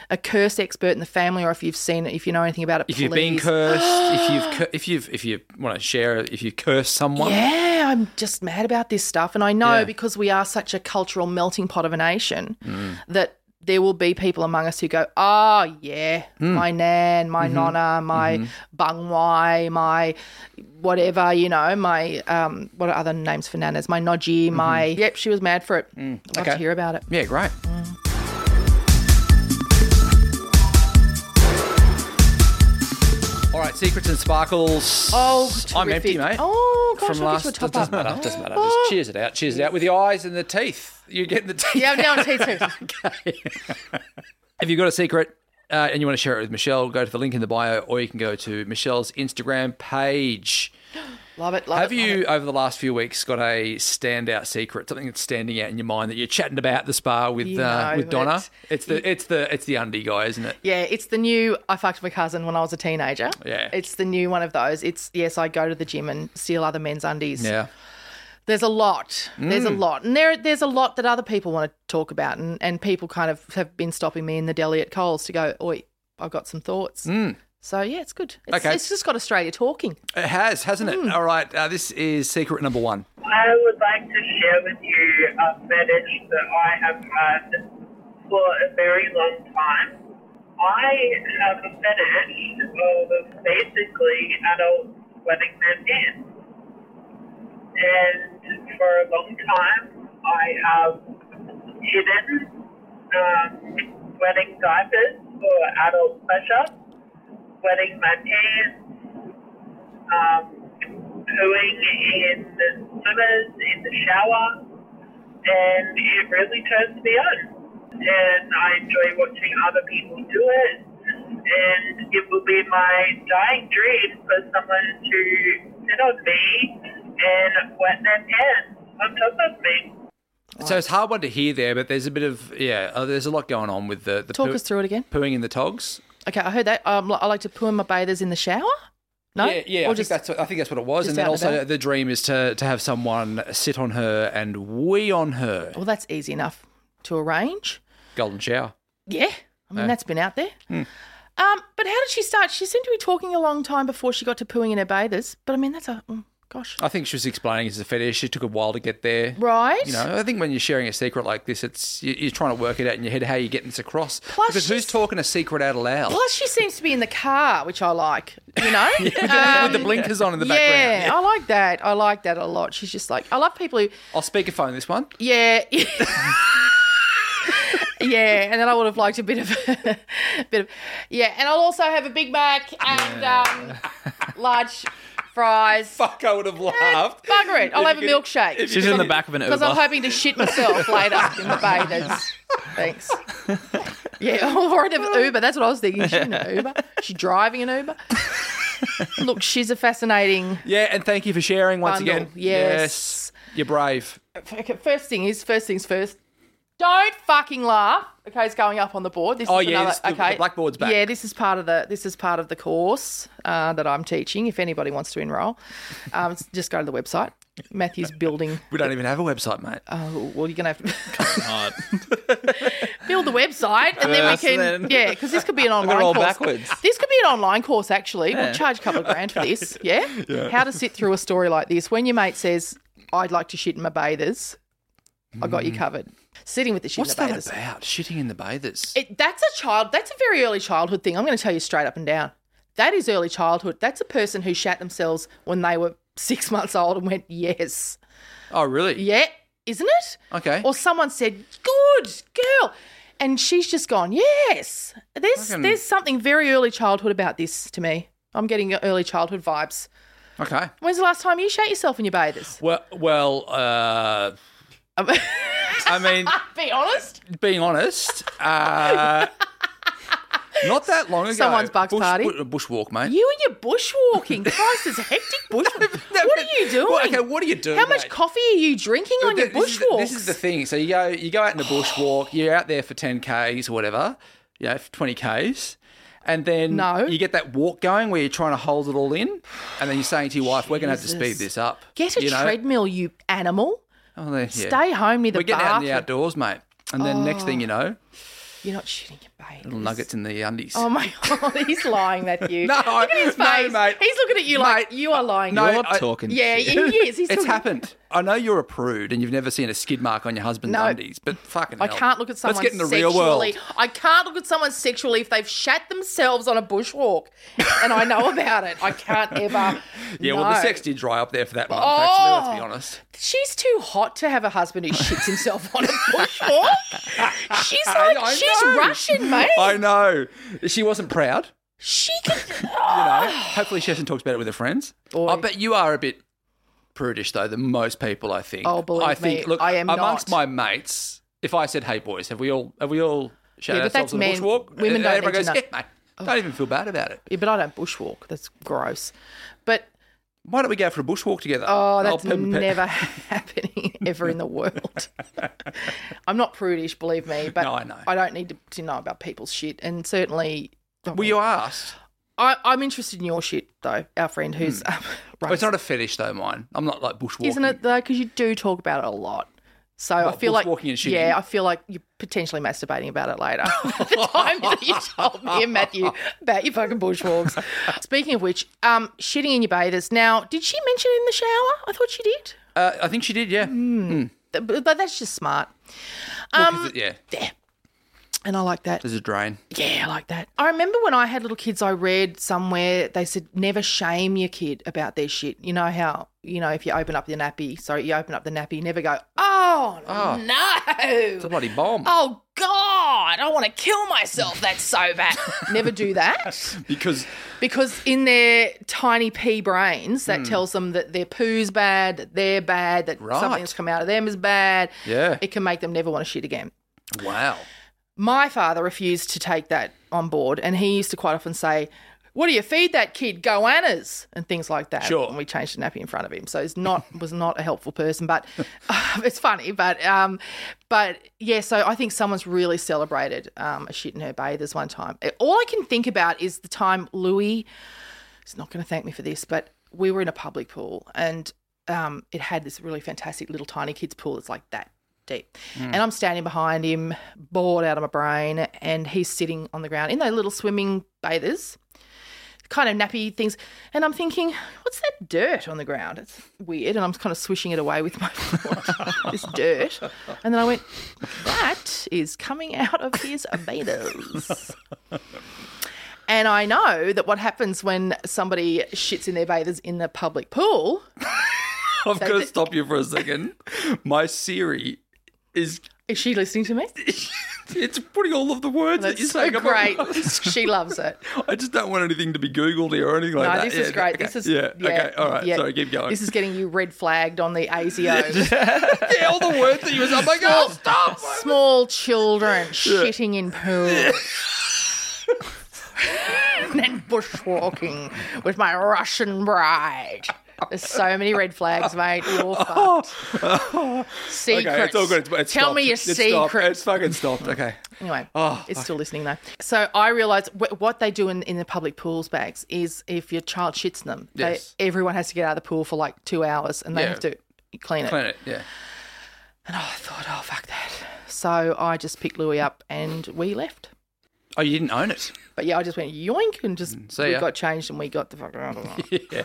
a curse expert in the family or if you've seen it, if you know anything about it?
If you've been
please.
cursed, if you've cur- if you've if you want to share, if you curse someone,
Yeah, I'm just mad about this stuff. And I know
Yeah.
because we are such a cultural melting pot of a nation
Mm.
that there will be people among us who go, oh, yeah,
Mm.
my nan,
Mm-hmm.
my nonna, my bungwai, my whatever, you know, my, um, what are other names for nanas? My nodgy, my, yep, she was mad for it. I'd love
Mm-hmm. Mm. Okay.
to hear about it.
yeah, great.
Mm.
All right, secrets and sparkles.
Oh,
I'm empty,
terrific.
mate.
Oh, gosh,
From
I'll
last,
get you a
doesn't
top up. Oh.
matter, doesn't matter. Just cheers it out, cheers it out with the eyes and the teeth. You're getting the teeth.
Yeah, I'm down to tea too.
If you've got a secret uh, and you want to share it with Michelle, go to the link in the bio or you can go to Michelle's Instagram page.
Love it, love
Have
it, love
you,
it.
over the last few weeks, got a standout secret? Something that's standing out in your mind that you're chatting about at the spa with
You
uh,
know
with Donna?
that-
It's the it's the it's the undie guy, isn't it?
Yeah, it's the new. I fucked my cousin when I was a teenager.
Yeah.
it's the new one of those. It's yes, I go to the gym and steal other men's undies.
Yeah. Mm.
There's a lot. There's a lot. And there there's a lot that other people want to talk about and, and people kind of have been stopping me in the deli at Coles to go, Oi, I've got some thoughts. So yeah, it's good. It's,
Mm. Okay.
it's just got Australia talking.
It has, hasn't it?
Hmm.
All right, uh, this is secret number one.
I would like to share with you a fetish that I have had for a very long time. I have a fetish of basically adults sweating their pants. And for a long time, I have hidden um, sweating diapers for adult pleasure, sweating my pants, um, pooing in the swimmers, in the shower, and it really turns me on. And I enjoy watching other people do it, and it will be my dying dream for someone to sit on me and wet their pants on top of me.
So it's a hard one to hear there, but there's a bit of yeah, uh, there's a lot going on with the, the
Talk us through it again.
pooing in the togs.
Okay, I heard that. Um, I like to poo in my bathers in the shower. No?
Yeah, yeah. I,
Or
think
just
that's what, I think that's what it was.
just
And then
out and
also
about?
the dream is to, to have someone sit on her and wee on her.
well that's easy enough to arrange.
Golden shower.
Yeah. I mean, that's been out there.
Hmm.
Um, but how did she start? She seemed to be talking a long time before she got to pooing in her bathers. But I mean, that's a mm, gosh,
I think she was explaining it's a fetish. It took a while to get there.
right?
Oh, You know, I think when you're sharing a secret like this, it's you- you're trying to work it out in your head how you're getting this across.
Plus
because who's
she's-
talking a secret out aloud?
Plus, she seems to be in the car, which I like. You know,
With the
Um,
blinkers on in the
yeah, Oh.
background.
I like that. I like that a lot. She's just like, I love people who,
I'll speakerphone this one.
yeah. Yeah, and then I would have liked a bit of, a bit of, yeah, and I'll also have a Big Mac and um, large fries.
Fuck, I would have laughed.
Bugger it! I'll have a
you could-
milkshake.
She's in the back of an Uber.
Because I'm hoping to shit myself later in the bathers. Thanks. Yeah, or an Uber. That's what I was thinking. Is she in an Uber? Is she driving an Uber? Look, she's a fascinating.
Yeah, and thank you for sharing once
Bundle,
again.
yes.
Yes, you're brave.
Okay, first thing is, first things first. Don't fucking laugh. Okay, it's going up on the board. This
Oh,
is
yeah,
another,
this- the-
okay.
the blackboard's back.
Yeah, this is part of the this is part of the course uh, that I'm teaching. If anybody wants to enrol, um, just go to the website. Matthew's building.
We don't even have a website, mate.
Oh, well, you're going to have to
Not.
build the website and then we
Yes,
can.
then.
Yeah, because this could be an
gonna
online
roll
course.
backwards.
This could be an online course, actually. We'll charge a couple of grand for this. Yeah? How to sit through a story like this. When your mate says, I'd like to shit in my bathers, I got you covered. Sitting with the shit
What's
in the
that
bathers.
about? Shitting in the bathers.
It, that's a child. That's a very early childhood thing. I'm going to tell you straight up and down. That is early childhood. That's a person who shat themselves when they were six months old and went, yes.
oh, really?
Yeah, isn't it?
Okay.
Or someone said, good girl. And she's just gone, yes. There's,
Fucking-
there's something very early childhood about this to me. I'm getting early childhood vibes.
Okay.
When's the last time you shat yourself in your bathers?
Well, well. Uh, I mean,
Be honest.
being honest, uh, not that long ago.
Someone's bugs
bush,
party.
bush- Bushwalk, mate.
You and your bushwalking. Christ, it's a hectic bushwalk.
No,
what
but-
are you doing?
Well, okay, what are you doing?
How much
mate?
coffee are you drinking on your
Th- this is the-
bushwalks?
This is the thing. So you go, you go out in the bushwalk. You're out there for ten k's or whatever, you know, twenty k's, and then
No.
you get that walk going where you're trying to hold it all in, and then you're saying to your wife, "We're going to have to speed
Jesus.
this up."
Get a
you know?
treadmill, you animal.
Oh, there- yeah.
Stay home near the
We're getting out in the
bathroom. Oh.
outdoors, mate. And then next thing you know,
You're not shitting your babies.
little nuggets in the undies.
Oh my god, he's lying that you.
No,
Look at his
no,
face.
mate.
He's looking at you like
Mate,
you are lying.
no,
You're
I-
talking.
yeah,
shit.
he is. He's
It's
talking-
happened. I know you're a prude and you've never seen a skid mark on your husband's
No.
undies, but fucking
I
hell.
can't look at someone
Let's get in the
sexually.
real world.
I can't look at someone sexually if they've shat themselves on a bushwalk, and I know about it. I can't ever.
Yeah, well, the
No.
sex did dry up there for that month, actually, let's be
Oh.
honest.
She's too hot to have a husband who shits himself on a bushwalk. She's like,
I
she's
know.
Russian, mate.
I know. She wasn't proud.
She can.
You know, hopefully she hasn't talked about it with her friends.
Boy.
I bet you are a bit prudish though than most people. I think.
Oh, believe
I think,
me,
Look,
I am
amongst
not.
my mates. If I said, "Hey, boys, have we all have we all shat
Yeah, but
ourselves
that's
on the
men.
bushwalk?"
Women
And
don't
everyone
need to
goes,
know.
"Yeah, mate." Don't even feel bad about it.
Yeah, but I don't bushwalk. That's gross. But
Why don't we go for a bushwalk together?
oh,
I'll
that's
pepper- pepper-
never happening ever in the world. I'm not prudish, believe me, but
No, I know.
I don't need to, to know about people's shit. And certainly,
Well, you asked.
I, I'm interested in your shit, though. Our friend who's um,
Hmm. Well, it's not a fetish though, mine. I'm not like bushwalking.
isn't it though? Because you do talk about it a lot. So I
What,
feel like
bushwalking and shooting?
yeah, I feel like you're potentially masturbating about it later. the time that you told me and Matthew about your fucking bushwalks. Speaking of which, um, shitting in your bathers. Now, did she mention in the shower? I thought she did,
Uh, I think she did. Yeah.
Th- but, but that's just smart,
Well, 'cause it- yeah.
and I like that.
There's a drain.
Yeah, I like that. I remember when I had little kids, I read somewhere they said never shame your kid about their shit. You know how, you know, if you open up your nappy, sorry, you open up the nappy, you never go, oh,
It's a
no.
bloody bomb.
Oh, God, I want to kill myself. That's so bad. never do that.
Because
Because in their tiny pea brains, that tells them that their poo's bad, that they're bad, that
Hmm. Right.
something that's come out of them is bad.
Yeah.
It can make them never want to shit again.
wow.
My father refused to take that on board, and he used to quite often say, "What do you feed that kid? Goannas and things like that."
Sure.
And we changed the nappy in front of him, so he's not was not a helpful person. But uh, it's funny, but um, but yeah. So I think someone's really celebrated um, a shit in her bathers one time. All I can think about is the time Louis he's not going to thank me for this, but we were in a public pool and um, it had this really fantastic little tiny kids pool that's like that deep. And I'm standing behind him, bored out of my brain, and he's sitting on the ground in those little swimming bathers, kind of nappy things. And I'm thinking, what's that dirt on the ground? It's weird. And I'm kind of swishing it away with my foot, this dirt. And then I went, that is coming out of his bathers. And I know that what happens when somebody shits in their bathers in the public pool.
I've got to
the-
stop you for a second. My Siri is
Is she listening to me?
it's putting all of the words that
That's
you're
so
saying. I'm like,
great. she loves it.
I just don't want anything to be Googled here or anything like
No,
that.
this
Yeah,
is great.
okay.
This is
yeah. Okay. All right.
yeah.
Sorry. Keep going.
This is getting you red flagged on the ASIO.
yeah. All the words that you was. Oh my god! Stop.
Small children shitting in pools. and then bushwalking with my Russian bride. There's so many red flags, mate. You're fucked. Secrets.
Okay. It's all good. It's, it's
Tell
stopped.
me your
it's
secrets.
Stopped. It's fucking stopped. Okay.
Anyway,
Oh,
it's still listening though. So I realised wh- what they do in, in the public pools bags is if your child shits in them,
Yes.
they, everyone has to get out of the pool for like two hours and they
Yeah.
have to you clean it.
Clean it, yeah.
And I thought, oh, fuck that. So I just picked Louis up and we left.
Oh, you didn't own it.
But yeah, I just went yoink and just
Mm. See
we
ya.
got changed and we got the fuck out of there.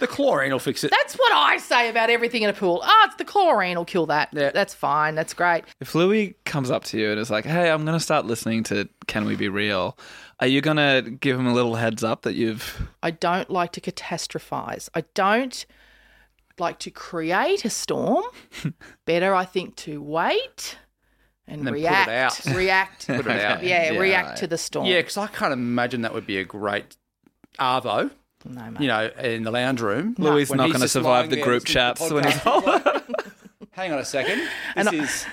The chlorine will fix it.
That's what I say about everything in a pool. Oh, it's the chlorine will kill that.
Yeah.
That's fine. That's great.
If Louis comes up to you and is like, "Hey, I'm going to start listening to Can We Be Real," are you going to give him a little heads up that you've?
I don't like to catastrophize. I don't like to create a storm. Better, I think, to wait and,
then put it
react.
out.
React.
Put it out.
Yeah,
Yeah,
react
right.
to the storm.
Yeah, because I can't imagine that would be a great arvo.
No, mate.
You know, in the lounge room.
Louis
When
not
he's
going to
just lying
survive the
there
group
listening to
chats
the
when he's
podcast. Hang on a second. This is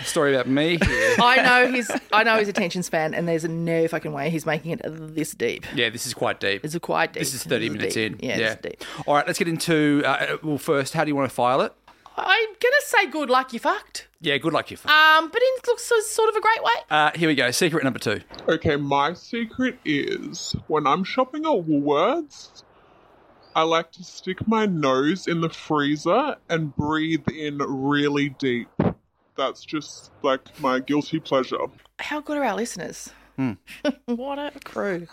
a story about me. Here.
I know his I know his attention span and there's no fucking way he's making it this deep.
Yeah, this is quite deep.
It's quite deep.
This is 30 minutes
deep.
in.
Yeah,
yeah.
it's deep.
All right, let's get into. Uh, well, first, how do you want to file it?
I'm gonna say good luck you fucked.
Yeah, good luck, you. f-
Um, but it looks so- sort of a great way.
Uh, here we go. Secret number two.
Okay, my secret is when I'm shopping at Woolworths, I like to stick my nose in the freezer and breathe in really deep. That's just like my guilty pleasure.
How good are our listeners? what a crew.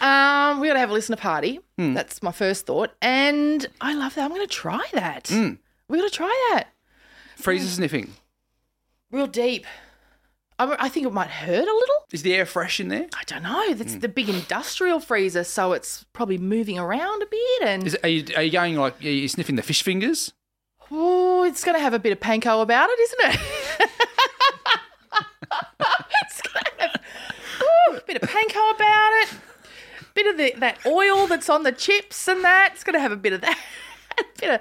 um, we gotta have a listener party. That's my first thought. And I love that. I'm gonna try that. We gotta try that.
Freezer sniffing.
Real deep. I, I think it might hurt a little.
Is the air fresh in there?
I don't know. That's
Hmm.
the big industrial freezer, so it's probably moving around a bit, and
Is it, are, you, are you going like, are you sniffing the fish fingers?
Ooh, it's going to have a bit of panko about it, isn't it? it's going to have ooh, a bit of panko about it, bit of the, that oil that's on the chips and that. It's going to have a bit of that, a bit of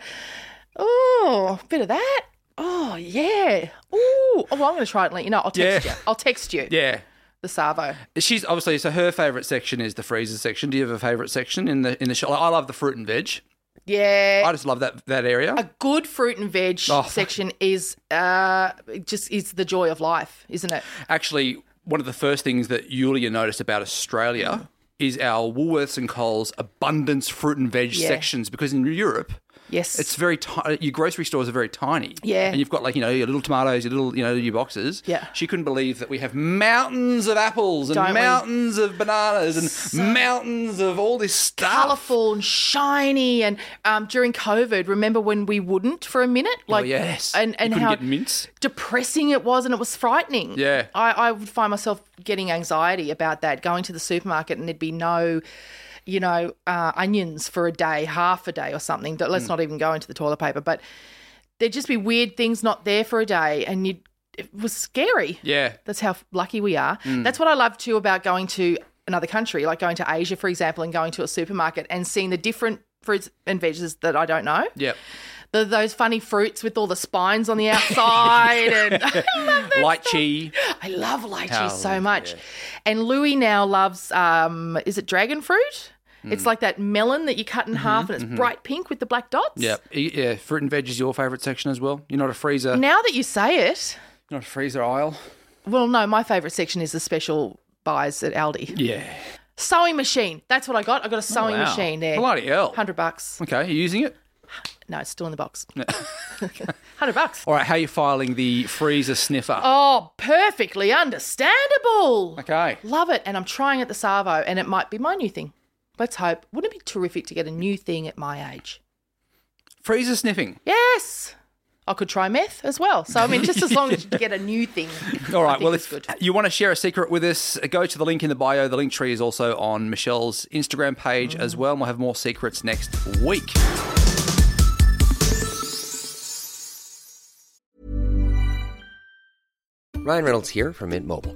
oh, bit of that. Oh yeah. Ooh. Oh, well, I'm going to try it and let you know. I'll text
Yeah.
you. I'll text you.
Yeah.
The Savo.
She's obviously so her favorite section is the freezer section. Do you have a favorite section in the in the shop? I love the fruit and veg.
Yeah.
I just love that that area.
a good fruit and veg
Oh, fuck.
section is uh, just is the joy of life, isn't it?
Actually, one of the first things that Yulia noticed about Australia is our Woolworths and Coles abundance fruit and veg
Yeah.
sections because in Europe
Yes,
it's very tiny. Your grocery stores are very tiny.
Yeah.
and you've got like you know your little tomatoes, your little you know your boxes.
Yeah.
she couldn't believe that we have mountains of apples and
Don't we?
mountains of bananas and mountains of all this stuff.
colourful and shiny. And um, during COVID, remember when we wouldn't for a minute? Like
Oh, yes. You
and and
couldn't
how
get mints.
depressing it was, and it was frightening.
Yeah.
I, I would find myself getting anxiety about that, going to the supermarket and there'd be no. You know, uh, onions for a day, half a day, or something. Let's
Mm.
not even go into the toilet paper, but there'd just be weird things not there for a day, and you it was scary.
Yeah,
That's how lucky we are. That's what I love too about going to another country, like going to Asia, for example, and going to a supermarket and seeing the different fruits and veggies that I don't know.
yeah.
The, those funny fruits with all the spines on the outside. and I love that.
Lychee.
I love lychee
How-
so much. And Louis now loves, um, is it dragon fruit? It's like that melon that you cut in half and it's bright pink with the black dots.
Yeah, E- yeah. Fruit and veg is your favourite section as well. You're not a freezer,
Now that you say it,
not a freezer aisle.
well, no, my favourite section is the special buys at Aldi.
Yeah,
Sewing machine. That's what I got. I got a sewing
wow.
machine there.
Oh, bloody hell.
Hundred bucks.
Okay, you using it?
No, it's still in the box. Hundred bucks.
All right, how are you filing the freezer sniffer?
Oh, perfectly understandable.
Okay.
Love it. And I'm trying at the Savo, and it might be my new thing. Let's hope. Wouldn't it be terrific to get a new thing at my age?
Freezer sniffing.
Yes. I could try meth as well. So I mean, just as long as you get a new thing.
All
I
right.
think
Well,
it's
if
good.
you want to share a secret with us, go to the link in the bio. The link tree is also on Michelle's Instagram page as well. And we'll have more secrets next week.
Ryan Reynolds here from Mint Mobile.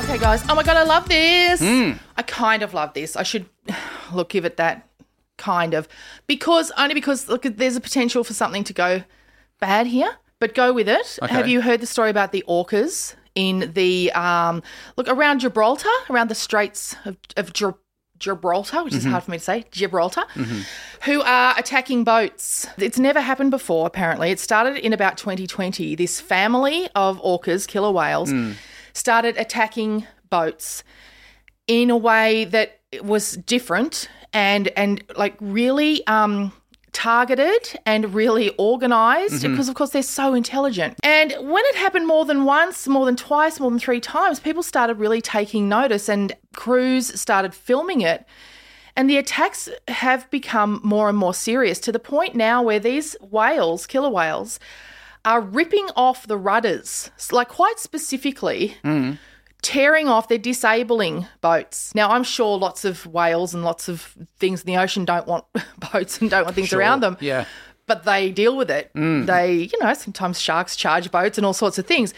Okay, guys. Oh my god, I love this. I kind of love this. I should look give it that kind of because only because look, there's a potential for something to go bad here. But go with it.
Okay.
Have you heard the story about the orcas in the um, look around Gibraltar, around the Straits of, of Gib- Gibraltar, which is hard for me to say, Gibraltar, who are attacking boats. It's never happened before, apparently. It started in about 2020. This family of orcas, killer whales, started attacking boats in a way that was different and and like really um targeted and really organized because of course they're so intelligent. And when it happened more than once, more than twice, more than three times, people started really taking notice and crews started filming it. And the attacks have become more and more serious to the point now where these whales, killer whales, are ripping off the rudders, s- like quite specifically, tearing off, they're disabling boats. Now, I'm sure lots of whales and lots of things in the ocean don't want boats and don't want things around them.
Yeah.
But they deal with it. They, you know, sometimes sharks charge boats and all sorts of things.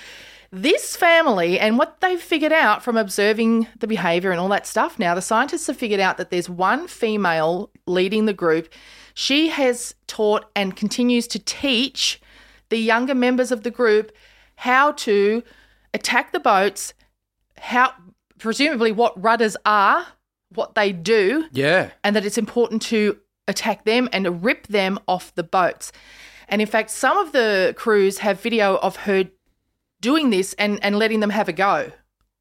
This family and what they've figured out from observing the behavior and all that stuff now, the scientists have figured out that there's one female leading the group. She has taught and continues to teach the younger members of the group how to attack the boats, how presumably what rudders are, what they do,
Yeah.
and that it's important to attack them and rip them off the boats. And in fact, some of the crews have video of her doing this and, and letting them have a go.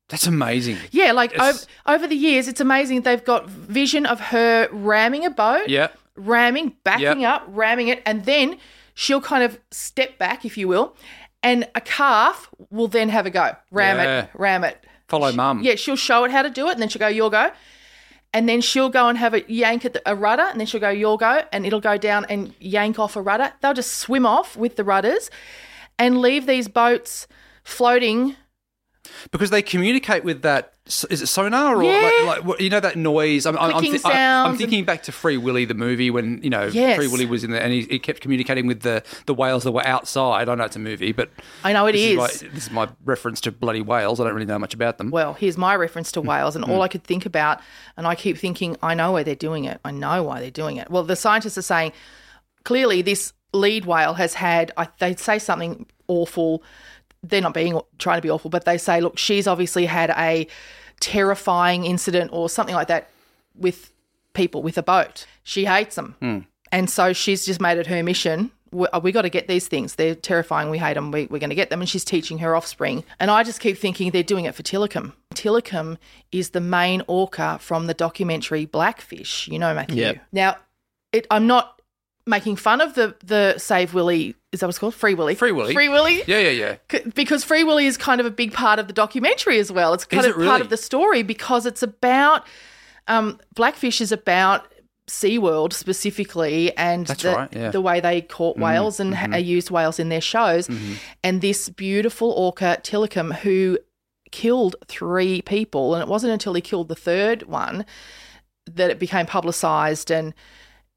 That's amazing.
Yeah, like over,
It's-
over the years, it's amazing. They've got vision of her ramming a boat
Yeah.
ramming, backing
Yep.
up, ramming it, and then she'll kind of step back, if you will, and a calf will then have a go. Ram
Yeah.
it, ram it.
Follow mum.
Yeah, she'll show it how to do it, and then she'll go, your go. And then she'll go and have a yank at the, a rudder, and then she'll go, your go, and it'll go down and yank off a rudder. They'll just swim off with the rudders and leave these boats floating.
because they communicate with that. Is it sonar or
Yeah.
like, like, what- you know that noise? I'm, I'm, I'm,
Clicking
thi- I- I'm
sounds
thinking back to Free Willy the movie when you know
Yes.
Free Willy was in there and he, he kept communicating with the, the whales that were outside. I know it's a movie, but
I know it
this
is.
my, this is my reference to bloody whales. I don't really know much about them.
well, here's my reference to Wales, and all I could think about, and I keep thinking, I know why they're doing it. I know why they're doing it. Well, the scientists are saying clearly this lead whale has had, I, they say something awful. They're not being trying to be awful, but they say, look, she's obviously had a terrifying incident or something like that with people with a boat. She hates them.
Hmm.
And so she's just made it her mission. We, uh, we got to get these things. They're terrifying. We hate them. We, we're going to get them. And she's teaching her offspring. And I just keep thinking they're doing it for Tillicum. Tillicum is the main orca from the documentary Blackfish. You know, Matthew.
Yep.
Now, it, I'm not making fun of the the Save Willy. Is that what it's called? Free Willy.
Free Willy.
Free Willy.
Yeah, yeah, yeah.
C- because Free Willy is kind of a big part of the documentary as well. It's kind
Is
of
it
part
really?
of the story because it's about um, Blackfish is about SeaWorld specifically and
That's
the,
right, yeah. Mm-hmm,
the way they caught whales and ha- uh, used whales in their shows. And this beautiful orca, Tillicum, who killed three people, and it wasn't until he killed the third one that it became publicized. And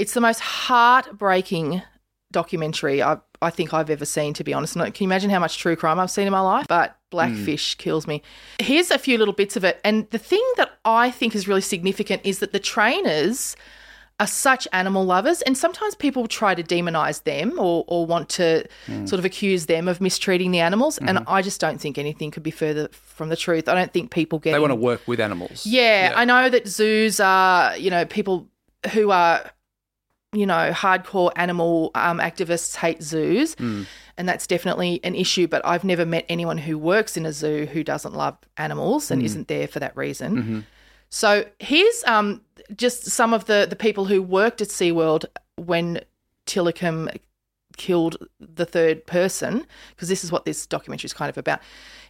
it's the most heartbreaking documentary I, I think I've ever seen, to be honest. And can you imagine how much true crime I've seen in my life? But Blackfish kills me. Here's a few little bits of it. And the thing that I think is really significant is that the trainers are such animal lovers and sometimes people try to demonize them or, or want to sort of accuse them of mistreating the animals and i just don't think anything could be further from the truth i don't think people get
They want to work with animals.
yeah, I know that zoos are, you know, people who are, you know, hardcore animal um, activists hate zoos. And that's definitely an issue. But I've never met anyone who works in a zoo who doesn't love animals and isn't there for that reason. So here's um, just some of the, the people who worked at SeaWorld when Tillicum killed the third person, because this is what this documentary is kind of about.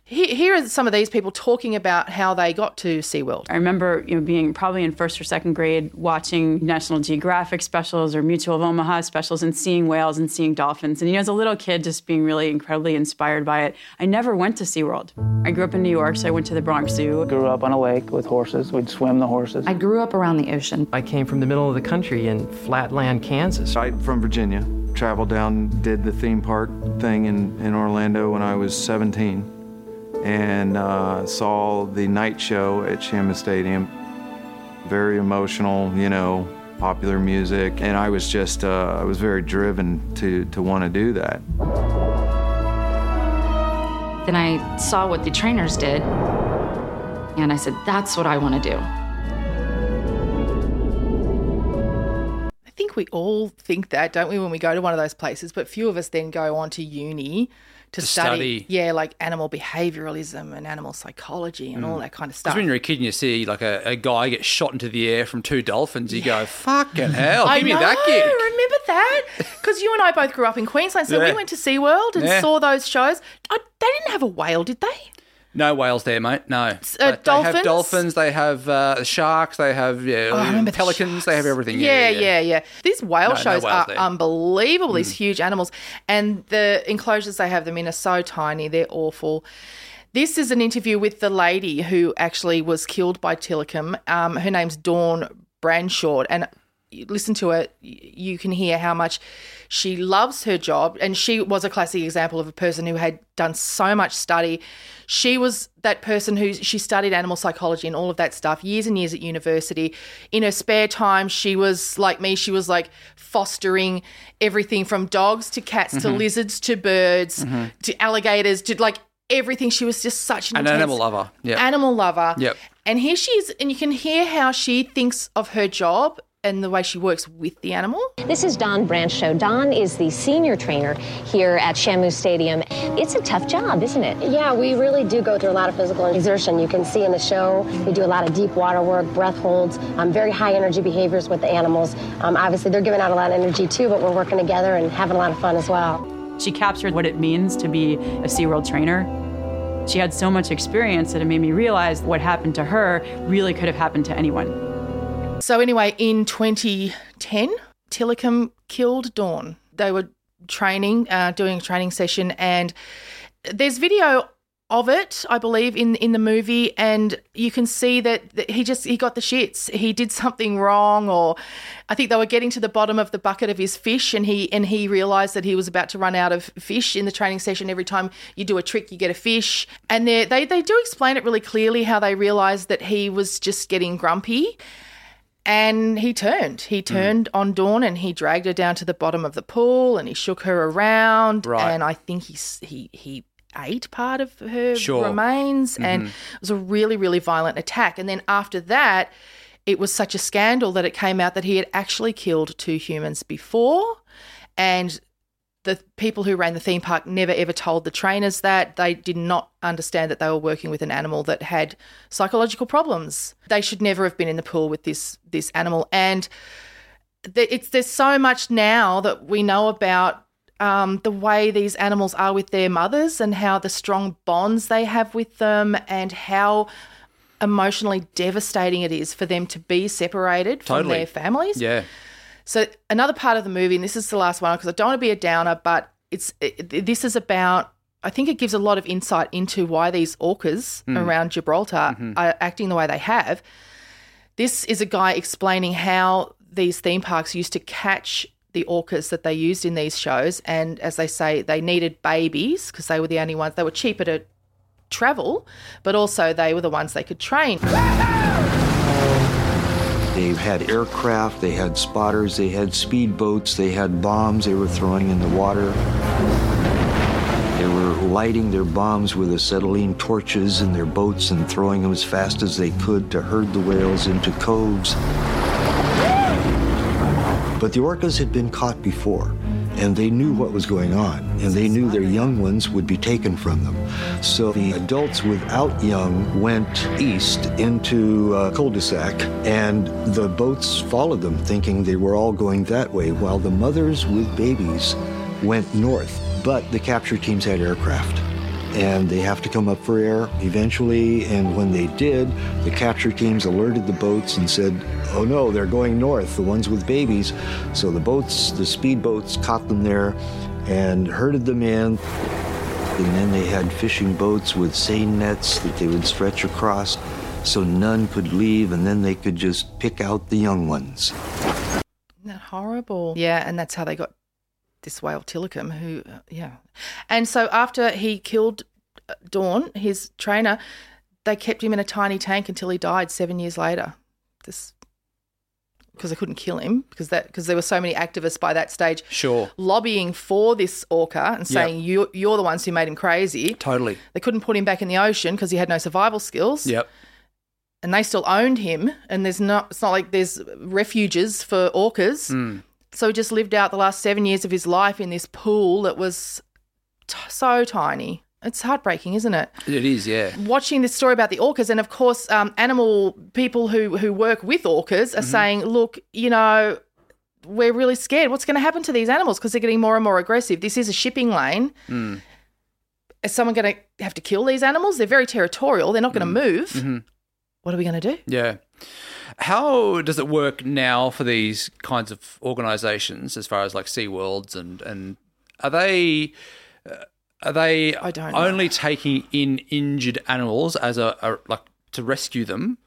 He, here are some of these people talking about how they got to SeaWorld.
I remember, you know, being probably in first or second grade watching National Geographic specials or Mutual of Omaha specials and seeing whales and seeing dolphins. And you know, as a little kid, just being really incredibly inspired by it. I never went to SeaWorld. I grew up in New York, so I went to the Bronx Zoo.
Grew up on a lake with horses. We'd swim the horses.
I grew up around the ocean.
I came from the middle of the country in flatland Kansas.
I'm from Virginia. Traveled down, did the theme park thing in, in Orlando when I was 17 and uh, saw the night show at Shaman Stadium. Very emotional, you know, popular music, and I was just uh, I was very driven to to want to do that.
Then I saw what the trainers did, and I said, "That's what I want to do."
I think we all think that, don't we, when we go to one of those places? But few of us then go on to uni to,
To
study,
study.
yeah, like animal behavioralism and animal psychology and all that kind of stuff.
Because Mm. when you're a kid and you see like a, a guy get shot into the air from two dolphins, you go, fucking hell,
I
give me
know,
that gig.
Remember that? Because you and I both grew up in Queensland, so
Yeah.
we went to SeaWorld and
Yeah.
saw those shows. I, they didn't have a whale, did they?
No whales there, mate. No. But They
uh, dolphins? Oh,
have dolphins, they have uh, sharks, they have yeah,
I remember the
Oh, pelicans, they have everything.
Yeah, yeah, yeah. These whale
No, no
shows
whales
are
there. Mm.
unbelievable. These huge animals, and the enclosures they have them in are so tiny. They're awful. This is an interview with the lady who actually was killed by Tillicum. Um, her name's Dawn Branshort, and you listen to her. y- You can hear how much she loves her job, and she was a classic example of a person who had done so much study. She was that person who she studied animal psychology and all of that stuff years and years at university. In her spare time, she was like me, she was like fostering everything from dogs to cats to
Mhm.
lizards to birds
Mhm.
to alligators to like everything. She was just such an,
An
intense
animal lover. Yeah.
Animal lover.
Yep.
And here she is, and you can hear how she thinks of her job and the way she works with the animal.
This is Don Brancho. Don is the senior trainer here at Shamu Stadium. It's a tough job, isn't it? Yeah, we really do go through a lot of physical exertion. You can see in the show, we do a lot of deep water work, breath holds, um, very high energy behaviors with the animals. Um, obviously, they're giving out a lot of energy too, but we're working together and having a lot of fun as well.
She captured what it means to be a SeaWorld trainer. She had so much experience that it made me realize what happened to her really could have happened to anyone.
So anyway, in 2010, Tillicum killed Dawn. They were training, uh, doing a training session, and there's video of it, I believe, in in the movie, and you can see that that he just he got the shits. He did something wrong, or I think they were getting to the bottom of the bucket of his fish, and he and he realized that he was about to run out of fish in the training session. Every time you do a trick, you get a fish, and they they they do explain it really clearly how they realized that he was just getting grumpy. And he turned. He
Hmm.
turned on Dawn and he dragged her down to the bottom of the pool and he shook her around.
Right.
And I think he s- he he ate part of her
Sure.
remains, and
Mhm.
it was a really really violent attack. And then after that, it was such a scandal that it came out that he had actually killed two humans before, and the people who ran the theme park never ever told the trainers that. They did not understand that they were working with an animal that had psychological problems. They should never have been in the pool with this this animal. And th- it's there's so much now that we know about um, the way these animals are with their mothers and how the strong bonds they have with them and how emotionally devastating it is for them to be separated from
Totally.
their families.
Yeah.
So another part of the movie, and this is the last one because I don't want to be a downer, but it's it, this is about. I think it gives a lot of insight into why these orcas
Mm.
around Gibraltar
Mhm.
are acting the way they have. This is a guy explaining how these theme parks used to catch the orcas that they used in these shows, and as they say, they needed babies because they were the only ones they were cheaper to travel, but also they were the ones they could train.
They had aircraft, they had spotters, they had speedboats, they had bombs they were throwing in the water. They were lighting their bombs with acetylene torches in their boats and throwing them as fast as they could to herd the whales into coves. But the orcas had been caught before, and they knew what was going on, and they knew their young ones would be taken from them. So the adults without young went east into uh, cul-de-sac, and the boats followed them, thinking they were all going that way, while the mothers with babies went north, but the capture teams had aircraft. And they have to come up for air eventually. And when they did, the capture teams alerted the boats and said, oh no, they're going north, the ones with babies. So the boats, the speedboats, caught them there and herded them in. And then they had fishing boats with seine nets that they would stretch across so none could leave, and then they could just pick out the young ones.
Isn't that horrible? Yeah, and that's how they got this whale Tillicum, who, uh, yeah. And so after he killed uh, Dawn, his trainer, they kept him in a tiny tank until he died seven years later. This because they couldn't kill him because that because there were so many activists by that stage
Sure.
lobbying for this orca and
Yeah.
saying you you're the ones who made him crazy.
Totally.
They couldn't put him back in the ocean because he had no survival skills.
Yep.
And they still owned him and there's not it's not like there's refuges for orcas. So he just lived out the last seven years of his life in this pool that was t- so tiny. It's heartbreaking, isn't it?
It is, yeah.
Watching this story about the orcas, and of course, um, animal people who who work with orcas are
Mhm.
saying, "Look, you know, we're really scared. What's going to happen to these animals? Because they're getting more and more aggressive. This is a shipping lane.
Mm.
Is someone going to have to kill these animals? They're very territorial. They're not going to move.
Mhm.
What are we going to do?"
Yeah. How does it work now for these kinds of organizations as far as like SeaWorlds and and are they uh, are they I
don't
only taking in injured animals as a, a like to rescue them?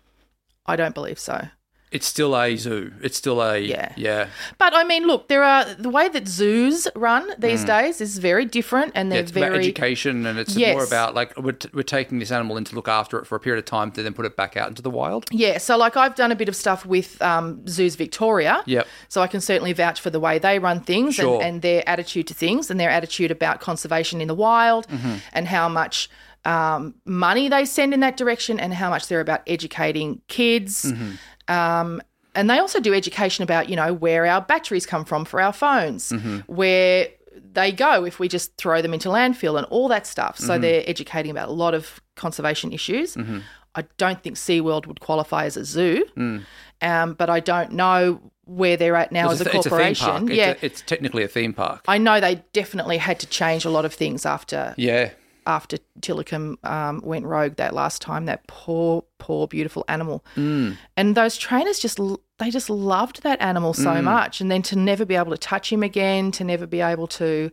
I don't believe so.
It's still a zoo. It's still a yeah. Yeah.
But I mean, look, there are the way that zoos run these
Mm.
days is very different, and
Yeah,
they're
it's about
very
education and it's more
Yes.
about like we're, t- we're taking this animal in to look after it for a period of time to then put it back out into the wild.
Yeah, so like I've done a bit of stuff with um, Zoos Victoria.
Yep.
So I can certainly vouch for the way they run things
Sure.
and, and their attitude to things and their attitude about conservation in the wild
Mhm.
and how much um, money they send in that direction and how much they're about educating kids.
Mhm.
Um, and they also do education about, you know, where our batteries come from for our phones,
Mhm.
where they go if we just throw them into landfill and all that stuff. So
Mhm.
they're educating about a lot of conservation issues.
Mhm.
I don't think SeaWorld would qualify as a zoo,
Mm.
um, but I don't know where they're at now
It's
as a
th-
corporation.
It's a theme park.
yeah,
It's, a- it's technically a theme park.
I know they definitely had to change a lot of things after
Yeah.
after Tillicum um, went rogue that last time. That poor, poor, beautiful animal.
Mm.
And those trainers just l- they just loved that animal so
Mm.
much, and then to never be able to touch him again, to never be able to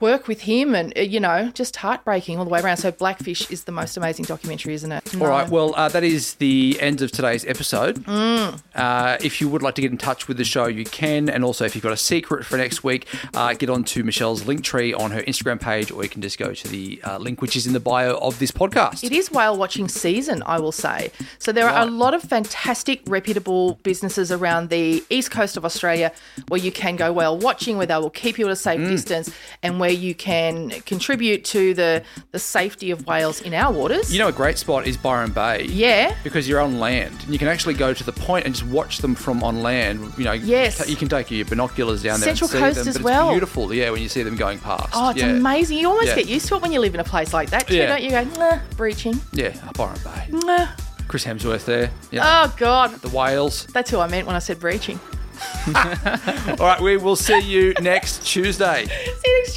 work with him and uh, you know just heartbreaking all the way around so blackfish is the most amazing documentary isn't it
All right. Well, uh, that is the end of today's episode.
Mm.
Uh, if you would like to get in touch with the show, you can. And also, if you've got a secret for next week, uh, get on to Michelle's link tree on her Instagram page, or you can just go to the uh, link which is in the bio of this podcast.
It is whale watching season, I will say. So there are a lot of fantastic, reputable businesses around the east coast of Australia where you can go whale watching, where they will keep you at a safe
Mm.
distance, and where you can contribute to the the safety of whales in our waters.
You know, a great spot is Byron Bay.
Yeah.
Because you're on land. And you can actually go to the point and just watch them from on land. You know,
Yes.
ta- you can take your binoculars down there
Central
and see
Coast
them.
as
but
well.
It's beautiful, yeah, when you see them going past.
Oh, it's
yeah.
amazing. You almost
Yeah.
get used to it when you live in a place like that, too,
Yeah.
don't you? Go, nah, breaching.
Yeah, Byron Bay.
Nah.
Chris Hemsworth there. Yeah.
Oh, God.
The whales.
That's who I meant when I said breaching.
All right, we will see you next Tuesday.
See you next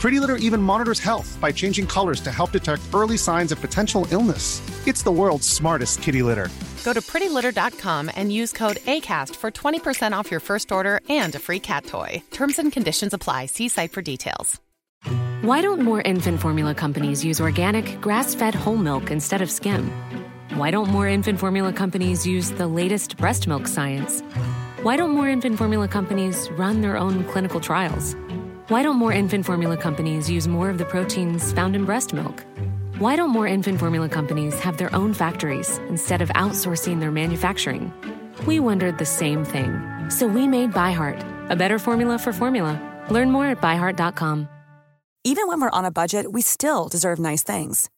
Pretty Litter even monitors health by changing colors to help detect early signs of potential illness. It's the world's smartest kitty litter.
Go to prettylitter.com and use code ACAST for 20% off your first order and a free cat toy. Terms and conditions apply. See site for details.
Why don't more infant formula companies use organic, grass fed whole milk instead of skim? Why don't more infant formula companies use the latest breast milk science? Why don't more infant formula companies run their own clinical trials? Why don't more infant formula companies use more of the proteins found in breast milk? Why don't more infant formula companies have their own factories instead of outsourcing their manufacturing? We wondered the same thing. So we made ByHeart, a better formula for formula. Learn more at byheart.com.
Even when we're on a budget, we still deserve nice things.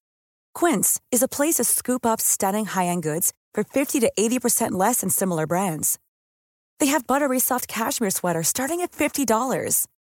Quince is a place to scoop up stunning high end goods for 50 to 80% less than similar brands. They have buttery soft cashmere sweaters starting at $50,